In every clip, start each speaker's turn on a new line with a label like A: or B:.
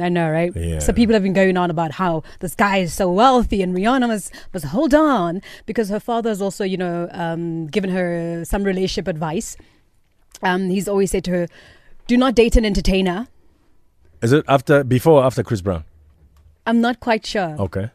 A: I know, right?
B: Yeah.
A: So people have been going on about how this guy is so wealthy and Rihanna was, was hold on, because her father's also, you know, um, given her some relationship advice. Um, he's always said to her, do not date an entertainer.
B: Is it after, before or after Chris Brown?
A: I'm not quite sure.
B: Okay.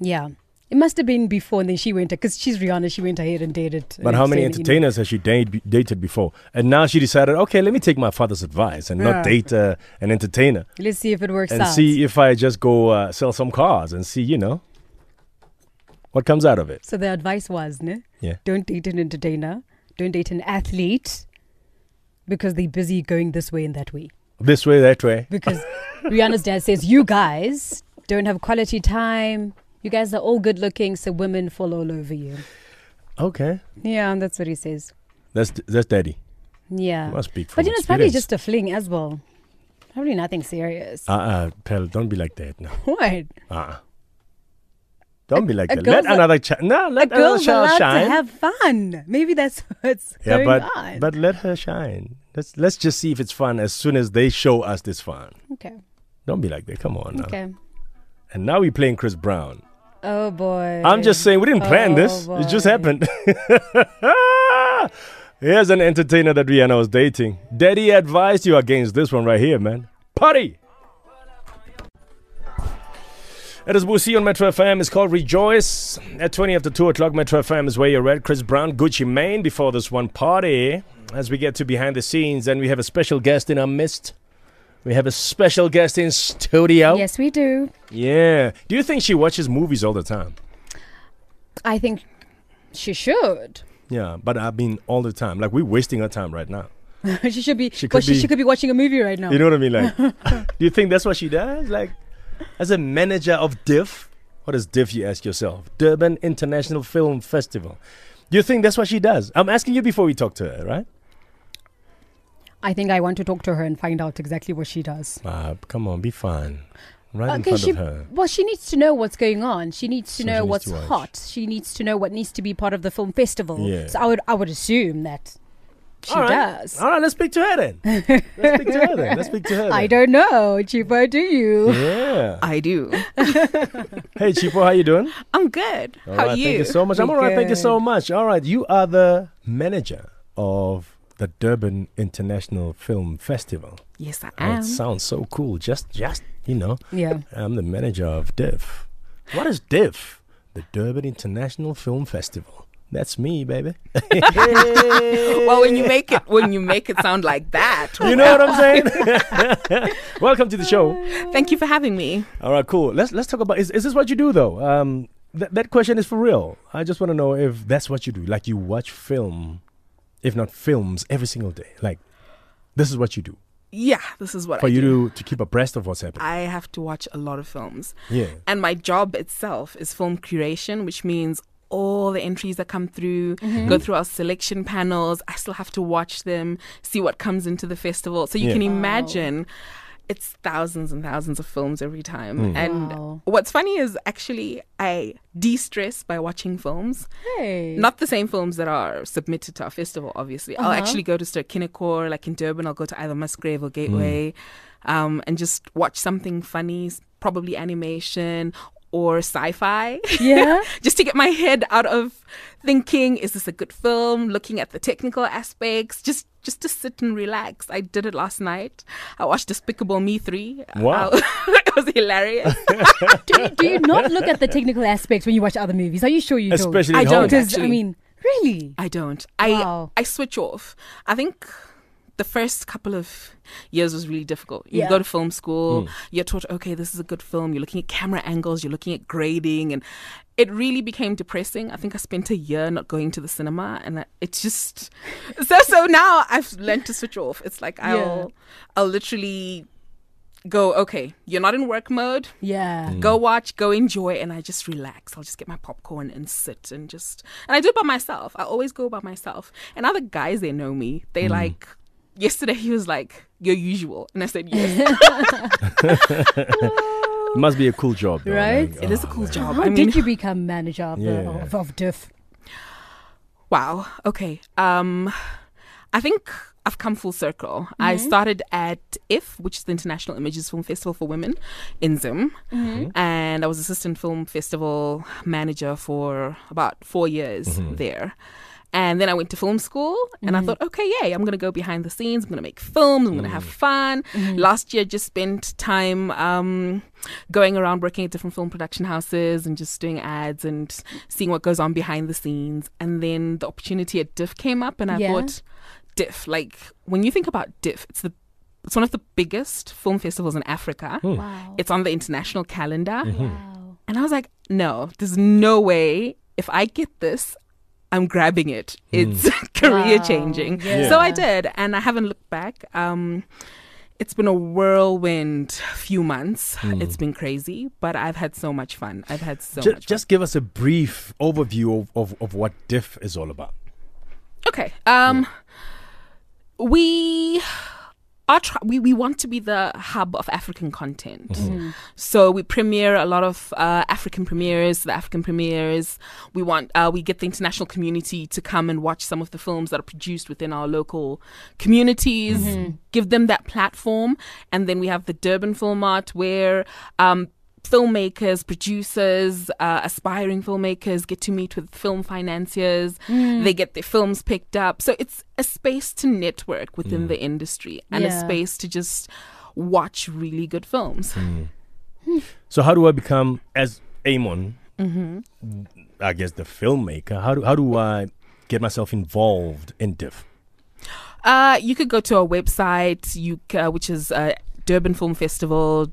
A: Yeah. It must have been before, and then she went, because she's Rihanna, she went ahead and dated. uh, an
B: But how many
A: entertainer, you know.
B: entertainers has she date, dated before? And now she decided, okay, let me take my father's advice and
A: Yeah.
B: not date uh, an entertainer
A: Let's see if it works
B: and
A: out.
B: see if I just go uh, sell some cars and see, you know, what comes out of it.
A: So the advice was, no?
B: Yeah.
A: Don't date an entertainer. Don't date an athlete because they're busy going this way and that way.
B: This way, that way.
A: Because Rihanna's dad says, You guys don't have quality time. You guys are all good looking, so women fall all over you.
B: Okay.
A: Yeah, and that's what he says.
B: That's that's daddy.
A: Yeah.
B: Must speak from
A: but you know, it's probably
B: experience.
A: just a fling as well. Probably nothing serious.
B: Uh uh, Pell, don't be like that now.
A: what?
B: Uh uh Don't be like
A: a
B: that. Let
A: girl's a-
B: another child. No,
A: A
B: let another
A: girl's allowed
B: child shine.
A: to have fun. Maybe that's what's
B: yeah,
A: going
B: but
A: on.
B: but let her shine. Let's let's just see if it's fun as soon as they show us this fun.
A: okay.
B: Don't be like that. Come on now.
A: Okay.
B: And now we're playing Chris Brown.
A: Oh boy.
B: I'm just saying we didn't plan
A: Oh,
B: this. It just
A: boy.
B: happened. Here's an entertainer that Rihanna was dating. Daddy advised you against this one right here, man. Party. It is Boosie on Metro FM. It's called Rejoice. At 20 after 2 o'clock, Metro FM is where you're at. Chris Brown, Gucci Mane before this one party. As we get to behind the scenes, and we have a special guest in our midst. We have a special guest in studio.
A: Yes, we do.
B: Yeah. Do you think she watches movies all the time?
A: I think she should.
B: Yeah, but I mean all the time. Like we're wasting our time right now.
A: she should be.
B: She
A: well,
B: could
A: she,
B: be-
A: she could be watching a movie right now.
B: You know what I mean? Like, do you think that's what she does? Like, as a manager of DIF, what is DIF? You ask yourself. Durban International Film Festival. Do you think that's what she does? I'm asking you before we talk to her, right?
A: I think I want to talk to her and find out exactly what she does.
B: Ah, come on, be fine. Right in
A: okay,
B: front
A: she.
B: of her.
A: Well, she needs to know what's going on. She needs to
B: So she
A: know
B: needs
A: what's
B: to watch.
A: hot. She needs to know what needs to be part of the film festival.
B: Yeah.
A: So I would, I would assume that she
B: All right.
A: does.
B: All right, let's speak to her then. Let's speak to her then. Let's speak to her. Then.
A: I don't know, Chipa. Do you?
B: Yeah.
C: I do.
B: Hey, Chipo, how you doing?
C: I'm good. How
B: Alright,
C: are you?
B: Thank you so much. I'm
A: We
B: all right. Thank you
A: good.
B: so much. All right. You are the manager of the Durban International Film Festival.
C: Yes, I
B: Oh,
C: am.
B: it sounds so cool. Just, just you know,
A: Yeah.
B: I'm the manager of DIF. What is DIF? The Durban International Film Festival. That's me, baby.
C: well, when you make it, when you make it sound like that,
B: You know what I'm saying? Welcome to the show.
C: thank you for having me.
B: All right, cool. Let's let's talk about is, is this what you do though? Um, th- that question is for real. I just want to know if that's what you do. Like you watch film, if not films, every single day. Like this is what you do
C: Yeah, this is what
B: for
C: I
B: you
C: do.
B: to to keep abreast of what's happening.
C: I have to watch a lot of films,
B: yeah.
C: and my job itself is film curation, which means all the entries that come through go through our selection panels. I still have to watch them, see what comes into the festival. So you
B: Yeah.
C: can
A: Wow.
C: imagine. It's thousands and thousands of films every time.
B: Mm.
C: And
A: Wow.
C: what's funny is actually I de stress by watching films.
A: Hey.
C: Not the same films that are submitted to our festival, obviously. I'll
A: Uh-huh.
C: actually go to Sterkinekor, like in Durban, I'll go to either Musgrave or Gateway um, and just watch something funny, s- probably animation or sci fi,
A: yeah.
C: just to get my head out of thinking, is this a good film? Looking at the technical aspects, just just to sit and relax. I did it last night. I watched Despicable Me 3.
B: Wow.
C: it was hilarious.
A: do, you, do you not look at the technical aspects when you watch other movies? Are you sure you don't?
B: Especially
C: I
B: at
C: don't
B: home.
C: do-
A: Because I
C: actually.
A: mean, really?
C: I don't. I
A: Wow.
C: I switch off. I think the first couple of years was really difficult. You
A: Yeah.
C: go to film school, you're taught, okay, this is a good film. You're looking at camera angles, you're looking at grading, and it really became depressing. I think I spent a year not going to the cinema, and I- it's just so. So now I've learned to switch off. It's like
A: Yeah.
C: I'll I'll literally go, okay, you're not in work mode
A: Yeah.
C: go watch, go enjoy, and I just relax. I'll just get my popcorn and sit and just and I do it by myself. I always go by myself. And other guys they know me. They like yesterday he was like, Your usual and I said yes.
B: It must be a cool job, though,
A: Right?
B: like,
C: it is a
B: oh,
C: cool
B: man.
C: job.
A: How
C: I mean
A: did you become manager of, the,
B: Yeah.
A: of, of DIF?
C: Wow. Okay. Um I think I've come full circle. I started at IF, which is the International Images Film Festival for Women in Zim,
A: Mm-hmm.
C: and I was assistant film festival manager for about four years there. And then I went to film school and I thought, okay, yay, I'm going to go behind the scenes. I'm going to make films. I'm going to have fun. Last year, just spent time um, going around working at different film production houses and just doing ads and seeing what goes on behind the scenes. And then the opportunity at Diff came up and I
A: Yeah.
C: thought, Diff, like when you think about Diff, it's the it's one of the biggest film festivals in Africa.
A: Wow.
C: It's on the international calendar.
B: Mm-hmm.
A: wow.
C: And I was like, no, there's no way if I get this, I'm grabbing it.
B: Hmm.
C: It's career
A: Wow.
C: changing.
A: Yeah.
C: So I did, and I haven't looked back. Um, it's been a whirlwind few months. It's been crazy, but I've had so much fun. I've had so
B: Hmm. Ju-
C: much fun.
B: just give us a brief overview of, of, of what diff is all about
C: Okay. Um, we are try- we we want to be the hub of African content. So we premiere a lot of uh, African premieres, the African premieres. We want uh, we get the international community to come and watch some of the films that are produced within our local communities. Give them that platform, and then we have the Durban Film Art where. Um, filmmakers, producers, uh, aspiring filmmakers get to meet with film financiers. They get their films picked up. So it's a space to network within the industry and
A: Yeah.
C: a space to just watch really good films.
B: Hmm. so how do i become as amon i guess the filmmaker how do, how do i get myself involved in diff
C: Uh, you could go to our website, you, c- uh, which is uh, Durban Film Festival.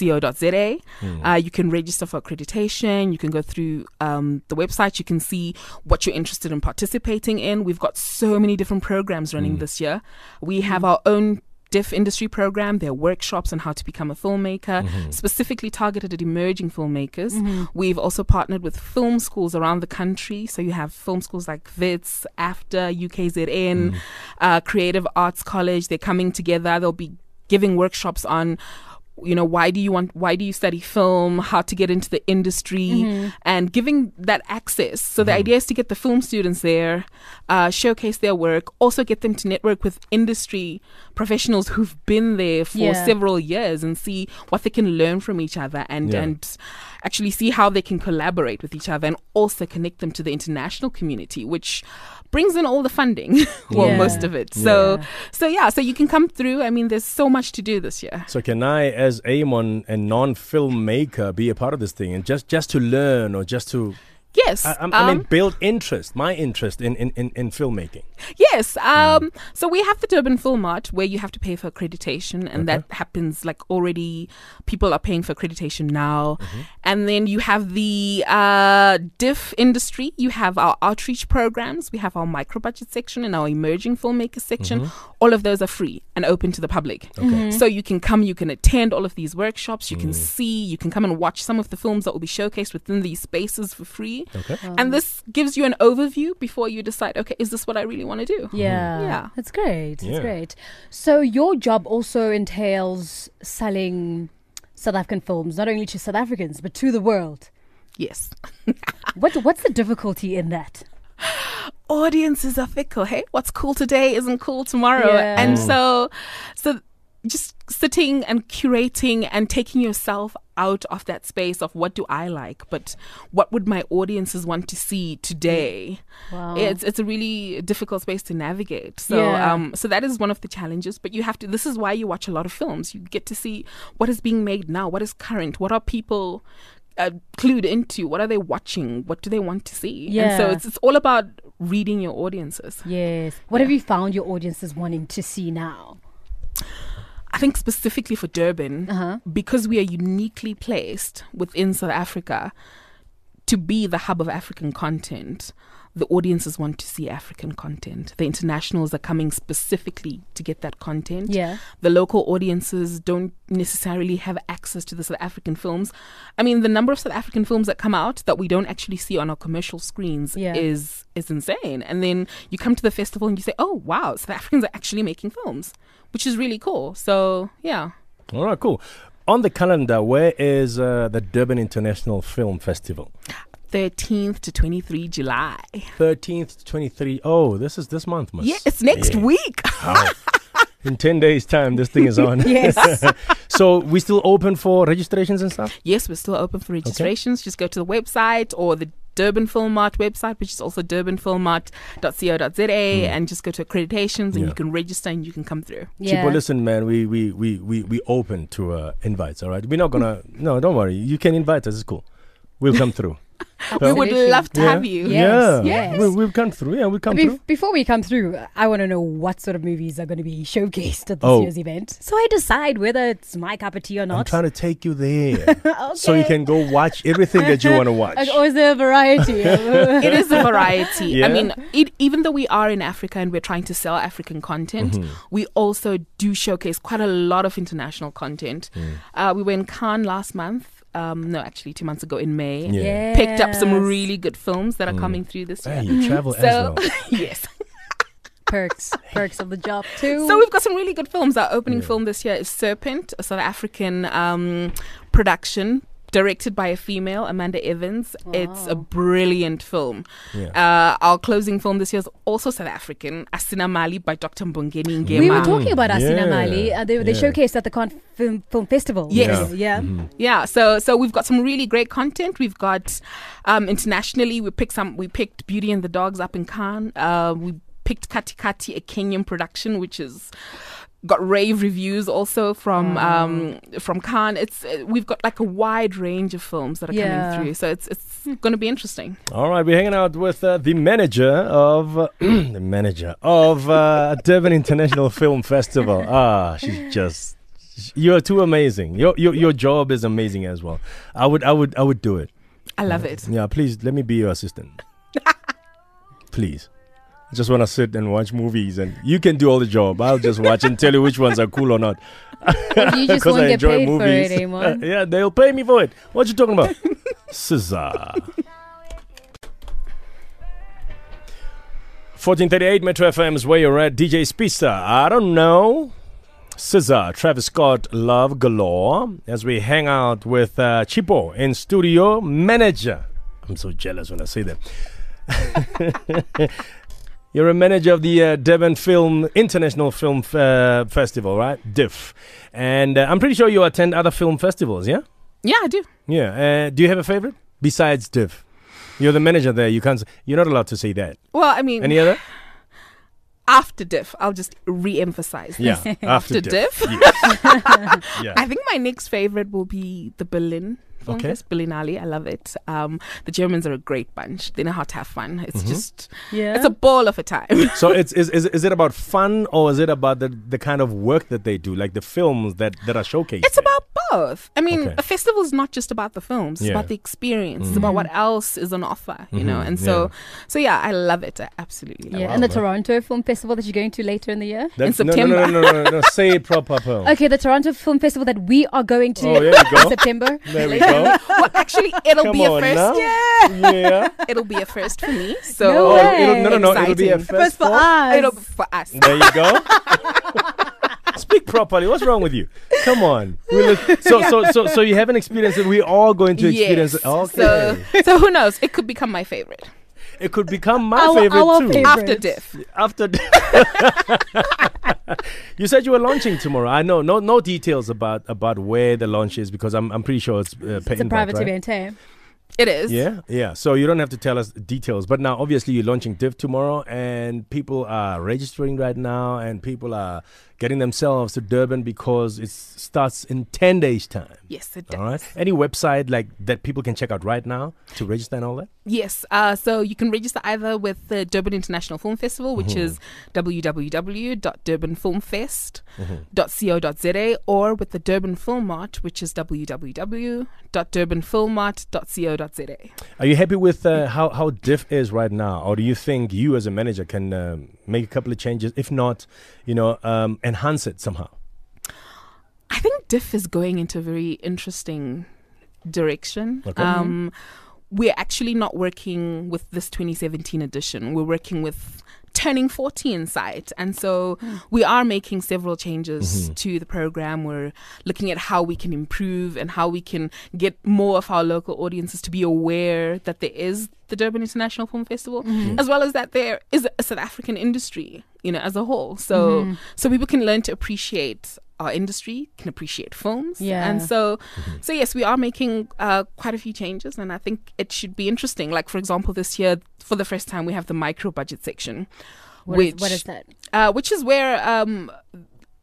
C: .co.za. Uh, you can register for accreditation. You can go through um, the website. You can see what you're interested in participating in. We've got so many different programs running this year. We have our own diff industry program there are workshops on how to become a filmmaker specifically targeted at emerging filmmakers we've also partnered with film schools around the country so you have film schools like vits after ukzn uh, creative arts college they're coming together they'll be giving workshops on you know why do you want why do you study film how to get into the industry and giving that access so the idea is to get the film students there uh, showcase their work also get them to network with industry professionals who've been there for
A: Yeah.
C: several years and see what they can learn from each other and
B: Yeah.
C: and actually see how they can collaborate with each other and also connect them to the international community which brings in all the funding well
A: Yeah.
C: most of it so
A: Yeah.
C: so yeah so you can come through i mean there's so much to do this year
B: So can I, as Amon and non-filmmaker, be a part of this thing and just just to learn or just to
C: Yes.
B: I, I'm-
C: um,
B: I mean build interest, my interest in in, in, in filmmaking.
C: yes. Um, So we have the Durban Film Art where you have to pay for accreditation, and that happens like already. People are paying for accreditation now, and then you have the uh, diff industry. You have our outreach programs. We have our micro budget section and our emerging filmmaker section. All of those are free and open to the public. So you can come, you can attend all of these workshops, you can see, you can come and watch some of the films that will be showcased within these spaces for free.
B: Okay.
C: And this gives you an overview before you decide, okay, is this what I really want to do?
A: Yeah.
C: Yeah.
A: That's great. That's
B: Yeah.
A: great. So your job also entails selling South African films, not only to South Africans, but to the world.
C: Yes.
A: What, what's the difficulty in that?
C: Audiences are fickle. Hey, what's cool today isn't cool tomorrow.
A: Yeah.
C: And so, so just sitting and curating and taking yourself out of that space of what do I like, but what would my audiences want to see today?
A: Wow.
C: It's it's a really difficult space to navigate. So
A: Yeah.
C: um so that is one of the challenges. But you have to this is why you watch a lot of films. You get to see what is being made now, what is current, what are people uh, clued into, what are they watching, what do they want to see. And so
A: Yeah.
C: it's it's all about reading your audiences.
A: Yes. What have you found your audience is wanting to see now?
C: I think specifically for Durban,
A: Uh-huh.
C: because we are uniquely placed within South Africa to be the hub of African content, the audiences want to see African content. The internationals are coming specifically to get that content.
A: Yeah.
C: The local audiences don't necessarily have access to the South African films. I mean, the number of South African films that come out that we don't actually see on our commercial screens
A: Yeah.
C: is is insane. And then you come to the festival and you say, "Oh, wow, South Africans are actually making films," which is really cool. So, yeah.
B: All right, cool. On the calendar, where is uh, the Durban International Film Festival?
C: 13th to 23 July.
B: 13th to 23. Oh, this is this month, must.
C: Yeah, it's next
B: Yeah.
C: week.
B: Wow. In 10 days' time, this thing is on.
A: Yes.
B: So we still open for registrations and stuff?
C: Yes, we're still open for registrations. Just go to the website or the Durban Film Art website, which is also durbanfilmart.co.za, and just go to accreditations and
B: Hmm. Yeah.
C: you can register and you can come through.
A: yeah.
B: Chipo, listen, man, we, we, we, we, we open to uh, invites, all right? We're not going to. No, don't worry. You can invite us. It's cool. We'll come through.
C: We would
A: Absolutely.
C: love to
B: Yeah.
C: have you.
A: Yeah.
B: Yeah.
A: Yes, yes.
B: We, we've come through. Yeah, we'll come
A: Bef-
B: through.
A: Before we come through, I want to know what sort of movies are going to be showcased at this
B: Oh.
A: year's event. So I decide whether it's my cup of tea or
B: I'm
A: not.
B: trying to take you there so you
A: Okay.
B: can go watch everything that you want to watch.
A: Like, or is there a variety?
C: It is a variety.
B: Yeah.
C: I mean, it, even though we are in Africa and we're trying to sell African content,
B: Mm-hmm.
C: we also do showcase quite a lot of international content.
B: Hmm.
C: Uh, we were in Cannes last month. Um, no, actually, two months ago in May.
B: Yeah. Hmm.
C: Picked up some
A: Yes.
C: really good films that are coming through this
B: Hey,
C: year.
B: you travel as
C: So-
B: well.
C: yes.
A: perks, perks of the job too.
C: So we've got some really good films. Our opening
B: Yeah.
C: film this year is Serpent, a South African um, production directed by a female, Amanda Evans. It's a
A: Wow.
C: brilliant film.
B: Yeah.
C: Uh, our closing film this year is also South African, Asina Mali by Dr. Mbongeni Ngema.
A: we were talking about Asina
B: Yeah.
A: Mali. Uh, they, they
B: Yeah.
A: showcased at the Cannes Film, Film Festival.
C: Yes.
A: Yeah.
B: Mm-hmm.
C: yeah, so so we've got some really great content. We've got um, internationally, we picked some. We picked Beauty and the Dogs up in Cannes. Uh, we picked Kati Kati, a Kenyan production, which is got rave reviews also from um, from Cannes. It's uh, we've got like a wide range of films that are
A: Yeah.
C: coming through, so it's it's going to be interesting.
B: All right, we're hanging out with uh, the manager of uh, the manager of uh, Durban International Film Festival. Ah, she's just you are too amazing. Your, your your job is amazing as well. I would I would I would do it.
C: I love it.
B: Yeah, please let me be your assistant. please. I just want to sit and watch movies, and you can do all the job. I'll just watch and tell you which ones are cool or not.
A: You just
B: Because
A: won't
B: I
A: get
B: enjoy
A: paid
B: movies. Uh,
A: for it anymore.
B: yeah, they'll pay me for it. What you talking about? Scissor. 1438 Metro FM's where you're at. DJ Spisa. I don't know. Scissor, Travis Scott, Love Galore. As we hang out with uh, Chipo in studio manager. I'm so jealous when I say that. You're a manager of the uh, Devon Film International Film uh, Festival, right? DIF. And uh, I'm pretty sure you attend other film festivals, yeah?
C: Yeah, I do.
B: Yeah. Uh, do you have a favorite besides DIF? You're the manager there. You can't. s- You're not allowed to say that.
C: Well, I mean,
B: Any other?
C: after Diff, I'll just re-emphasize.
B: Yeah.
C: After
B: DIF.
C: Diff.
B: Yes. yeah.
C: I think my next favorite will be the Berlin. Film
B: Okay.
C: Fest, Berlinale, I love it. Um, the Germans are a great bunch. They know how to have fun. It's
B: Mm-hmm.
C: just,
A: Yeah.
C: it's a ball of a time.
B: So it's is, is is it about fun or is it about the the kind of work that they do, like the films that that are showcased?
C: It's
B: there?
C: about both. I mean,
B: Okay.
C: a festival is not just about the films. It's
B: Yeah. Mm-hmm.
C: about the experience. It's about what else is on offer, you know.
B: Mhm,
C: And so, so yeah, I love it. I absolutely love
A: yeah.
B: wow,
A: and the
B: man.
A: Toronto Film Festival that you're going to later in the year.
B: That's-
C: in
B: no, No, no, no, no, no, no. Say it proper, Pearl.
A: Okay, the Toronto Film Festival that we are going to
B: Oh, there we go.
A: in September.
B: There we go.
C: it. Well, actually, it'll
B: Come
C: be a
B: on
C: first.
B: now.
C: Yeah,
B: yeah.
C: it'll be a first for me. So
A: No
B: Oh,
A: way.
B: it'll, no, no, no. It'll be a
C: Exciting.
B: first,
A: First for
B: four.
A: us.
C: it'll be for us.
B: There you go. Speak properly. What's wrong with you? Come on. We look- so, so, so, so you haven't experienced it. We are going to experience
C: Yes.
B: it. Okay.
C: So, so who knows? It could become my favorite
B: it could become my
A: Our-
B: favorite
A: our
B: too.
A: favorite.
C: after
A: Favorites.
C: Diff.
B: After. you said you were launching tomorrow. I know no no details about about where the launch is because I'm I'm pretty sure it's uh,
A: It's a
B: patent
A: private
B: right?
A: event, eh?
C: It is.
B: Yeah, yeah. So you don't have to tell us details. But now, obviously, you're launching Div tomorrow, and people are registering right now, and people are getting themselves to Durban because it starts in 10 days' time.
C: Yes, it does.
B: All right. Any website like that people can check out right now to register and all that?
C: Yes. Uh, so you can register either with the Durban International Film Festival, which
B: Mm-hmm.
C: is
B: Mm-hmm.
C: www.durbanfilmfest.co.za, or with the Durban Film Mart, which is www.durbanfilmmart.co.za.
B: Are you happy with uh, how how Div is right now, or do you think you as a manager can um, make a couple of changes? If not, you know, um, enhance it somehow.
C: I think Diff is going into a very interesting direction.
B: Okay.
C: Um, we're actually not working with this 2017 edition. We're working with turning 40 in sight. And so we are making several changes to the program. We're looking at how we can improve and how we can get more of our local audiences to be aware that there is the Durban International Film Festival, as well as that there is a South African industry, you know, as a whole. So so people can learn to appreciate our industry, can appreciate films.
A: Yeah.
C: And so so yes, we are making uh, quite a few changes and I think it should be interesting. Like for example this year for the first time we have the micro budget section.
A: What is-
C: which
A: what is that?
C: uh, which is where um,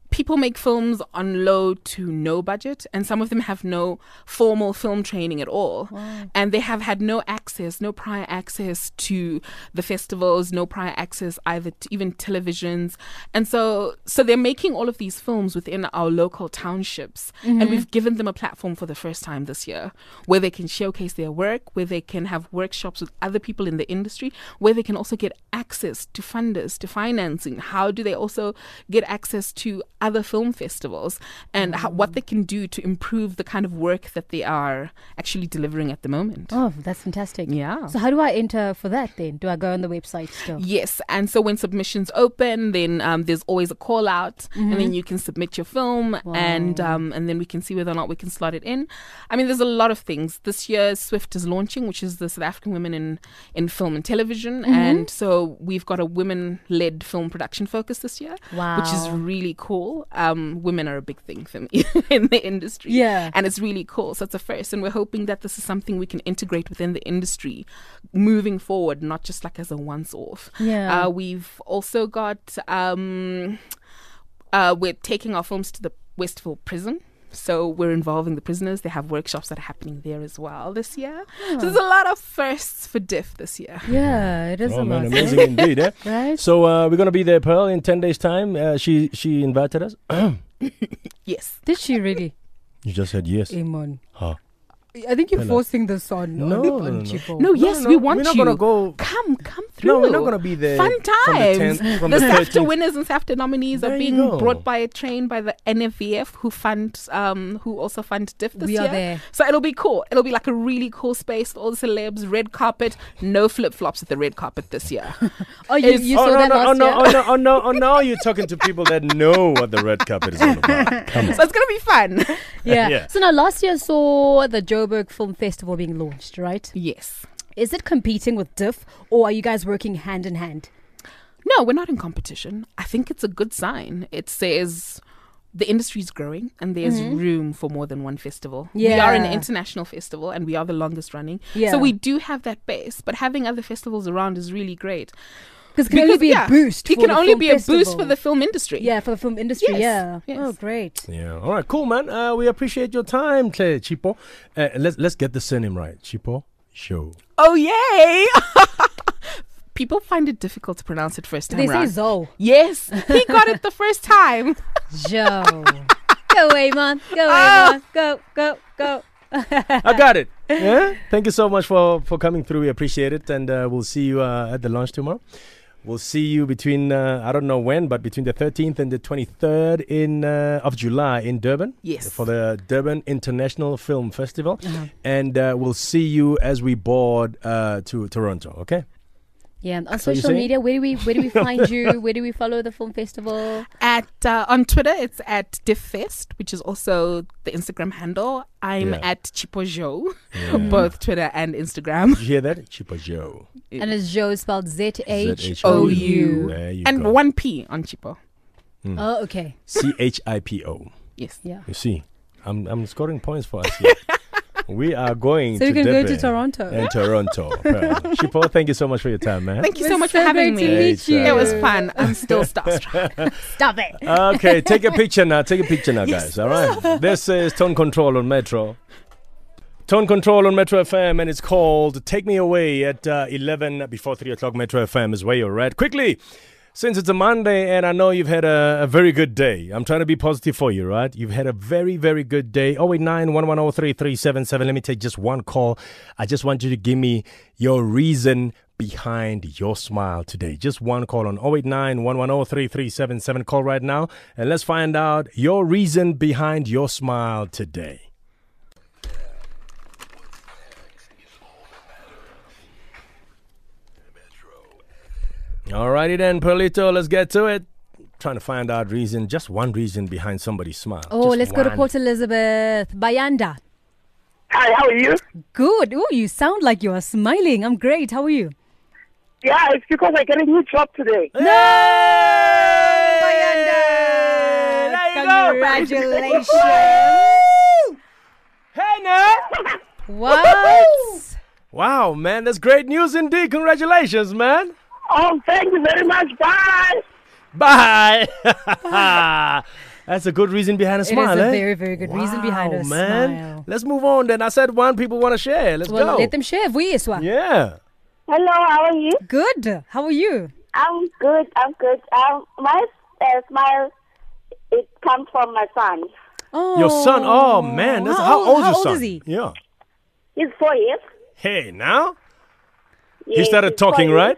C: people make films on low to no budget, and some of them have no formal film training at all. And they have had no access, no prior access to the festivals, no prior access either to even televisions. And so, so they're making all of these films within our local townships, and we've given them a platform for the first time this year where they can showcase their work, where they can have workshops with other people in the industry, where they can also get access to funders, to financing? How do they also get access to other film festivals and how, what they can do to improve the kind of work that they are actually delivering at the moment?
A: Oh, that's fantastic.
C: Yeah.
A: So how do I enter for that then? Do I go on the website still?
C: Yes, and so when submissions open, then um, there's always a call out, and
A: Mm-hmm.
C: then you can submit your film, and um, and then we can see whether or not we can slot it in. I mean, there's a lot of things. This year, Swift is launching, which is the South African Women in in Film and Television,
A: Mm-hmm.
C: and so we've got a women-led film production focus this year, which is
A: Wow.
C: really cool. Um, women are a big thing for me in the industry,
A: Yeah.
C: and it's really cool. So it's a first, and we're hoping that this is something we can integrate within the industry moving forward, not just like as a once-off.
A: Yeah.
C: Uh, we've also got, um, uh, we're taking our films to the Westville prison. So we're involving the prisoners. They have workshops that are happening there as well this year. So there's a lot of firsts for DIF this year.
A: yeah, it is
B: Oh
A: a lot.
B: man, amazing indeed, eh?
A: Right?
B: So uh, we're gonna be there, Pearl, in ten days' time. Uh, she she invited us.
C: Yes.
A: Did she really?
B: You just said yes.
A: Amon.
B: Huh.
A: I think you're
B: Hello.
A: forcing this on.
B: No,
A: on,
B: no,
A: on
B: no.
A: Chipo.
C: No, yes, we want
B: We're not
C: you.
B: gonna go.
C: Come, come through.
B: No, we're not gonna be there.
C: Fun
B: from the
C: times.
B: 10th from
C: the SAFTA
B: 13th.
C: winners and SAFTA nominees
B: There
C: are
B: you
C: being
B: go.
C: brought by a train by the NFVF, who fund, um, who also fund DIF this
A: We are
C: year.
A: there.
C: So it'll be cool. It'll be like a really cool space. All the celebs, red carpet, no flip flops at the red carpet this year.
A: Oh, you,
C: It's-
A: you
B: oh,
A: saw
B: no,
A: that
B: no,
A: last
B: oh, no,
A: year?
B: oh no, oh no, oh no! You're talking to people that know what the red carpet is all about. Come on.
C: so it's gonna be fun.
A: yeah.
B: Yeah.
A: So now last year saw the Joburg Film Festival being launched, right?
C: Yes.
A: Is it competing with DIFF or are you guys working hand in hand?
C: No, we're not in competition. I think it's a good sign. It says the industry is growing and there's room for more than one festival. We are an
A: Mm-hmm. Yeah.
C: international festival and we are the longest running.
A: Yeah.
C: So we do have that base, but having other festivals around is really great.
A: Because it can only be
C: yeah,
A: a boost.
C: It
A: for
C: can
A: the
C: only
A: film
C: be a boost for
A: festival.
C: the film industry.
A: Yeah, for the film industry.
C: Yes,
A: Yeah.
C: yes.
A: Oh, great.
B: Yeah. All right. Cool, man. Uh, we appreciate your time, Claire Chipo. Uh, let's let's get the surname right. Chipo Show.
C: Oh yay! People find it difficult to pronounce it first time
A: They say
C: round.
A: Zo.
C: yes, he got it the first time.
A: Joe. go away, man. Go away, man. Go, go, go.
B: I got it. Yeah. Thank you so much for for coming through. We appreciate it, and uh, we'll see you uh, at the lunch tomorrow. We'll see you between uh, I don't know when, but between the 13th and the 23rd in uh, of July in Durban.
C: Yes.
B: For the Durban International Film Festival,
A: Oh,
B: and uh, we'll see you as we board uh, to Toronto. Okay.
A: Yeah, and on
B: So you
A: social
B: say-
A: media, where do we where do we find you? Where do we follow the film festival?
C: at uh, on Twitter it's at DiffFest, which is also the Instagram handle. I'm
B: Yeah.
C: at Chipojo, both Twitter and Instagram.
B: Did you hear that? Chipo Joe.
A: And it's Joe spelled Z H O
C: Z-H-O-U.
A: U.
B: There you
C: And
B: go.
C: one P on Chipo.
B: Mm.
A: Oh, okay.
B: C H I P O.
C: Yes.
A: Yeah.
B: You see, I'm I'm scoring points for us. Here. we are going.
A: So
B: to
A: you can go to
B: Durban
A: Toronto.
B: And Toronto. Shippo, thank you so much for your time, man.
C: Thank you
A: It
C: so
A: was
C: much
A: so
C: for having
A: great
C: me.
A: to
B: meet you.
C: It was fun. I'm still starstruck.
A: Stop it.
B: okay, take a picture now. Take a picture now, guys. All right. This is Tone Control on Metro. Tone Control on Metro FM, and it's called Take Me Away at uh, 11 before 3 o'clock. Metro FM is where you're at. Quickly, since it's a Monday, and I know you've had a, a very good day, I'm trying to be positive for you, right? You've had a very, very good day. 089 110 Let me take just one call. I just want you to give me your reason behind your smile today. Just one call on 089 110 Call right now, and let's find out your reason behind your smile today. Alrighty then, Perlito, let's get to it. Trying to find out reason, just one reason behind somebody's smile.
A: Oh,
B: Just
A: let's go to
B: one.
A: Port Elizabeth. Bayanda.
D: Hi, how are you?
A: Good. Oh, you sound like you are smiling. I'm great. How are you?
D: Yeah, it's because I got a new job today.
B: Hey! There you go.
A: Congratulations.
B: Hey now!
A: what?
B: Wow, man, that's great news indeed. Congratulations, man.
D: Oh, thank you very much. Bye.
B: Bye. that's a good reason behind a
A: It is
B: smile,
A: a
B: eh?
A: very, very good reason behind
B: Wow,
A: a
B: man.
A: smile.
B: Let's move on then. I said one people want to share. Let's
A: Well,
B: go.
A: let them share. Vuyiswa.
B: yeah.
E: Hello, how are you?
A: Good. How are you?
E: I'm good. I'm good. Um, my uh, smile it comes from my son.
A: Oh,
B: Your son. Oh, man. That's, how, old,
A: how
B: your
A: old
B: son?
A: is he?
B: Yeah.
E: He's four years.
B: Hey, now? he
E: Yes,
B: started
E: he's four
B: talking,
E: years.
B: right?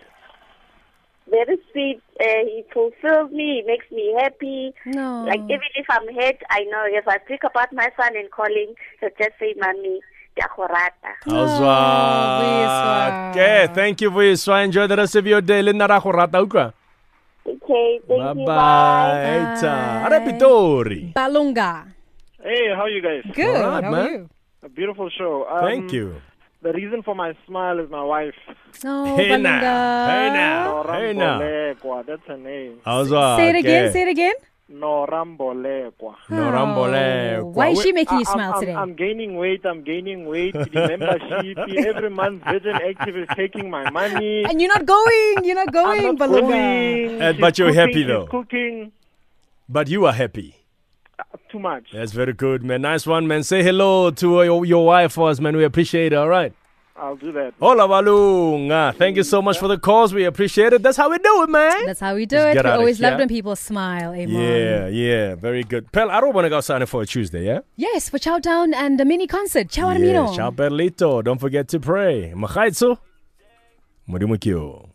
E: Very sweet. Uh, he fulfills me. He makes me happy.
B: Oh.
A: No.
E: Like even if I'm hurt, I know if I think about my son and call him, he'll just say, "Mommy, diakorata."
B: Oh. Oswa.
A: Vuyiswa.
B: Okay, thank you for your swa. Enjoy the rest of your day. Linda Rakhorata Ukra.
E: Okay, thank
B: Bye
E: you. Bye.
B: bye.
A: Bye.
B: Arabitori.
A: Balunga.
F: Hey, how you guys?
A: Good.
B: All right,
A: how
B: man.
A: are you?
F: A beautiful show. Um,
B: Thank you.
F: The reason for my smile is my wife.
A: Oh,
B: Hey now.
A: Balunga.
B: Hey now. Hey now. Oh.
F: Norambolegwa. That's her name.
B: Oswa.
A: Say it again.
B: okay.
A: Say it again.
F: Norambolegwa.
B: Norambolekwa.
A: Oh, Why is she making
F: I-
A: you smile
F: I'm,
A: today?
F: I'm, I'm gaining weight. I'm gaining weight. The membership. Every month, Virgin Active is taking my money.
A: and you're not going. You're not
F: I'm
A: going,
F: not
A: Balunga.
F: going.
B: Uh,
F: She's
B: but you're
F: cooking,
B: happy,
F: she's
B: though.
F: Cooking
B: But you are happy.
F: too much.
B: That's very good, man. Nice one, man. Say hello to uh, your, your wife for us, man. We appreciate it. All right.
F: I'll do that.
B: Hola, Valunga. Thank you so much for the calls. We appreciate it. That's how we do it, man.
A: That's how we do
B: Just
A: it.
B: get
A: We
B: out of
A: always
B: here.
A: love when people smile, Amon.
B: Yeah, yeah. Very good. Pel, I don't want to go sign up for a Tuesday, yeah?
A: Yes, for Chow Down and a mini concert. Chow
B: Yeah.
A: Armino.
B: Ciao, Perlito. Don't forget to pray. Machaitsu. Murimukyo.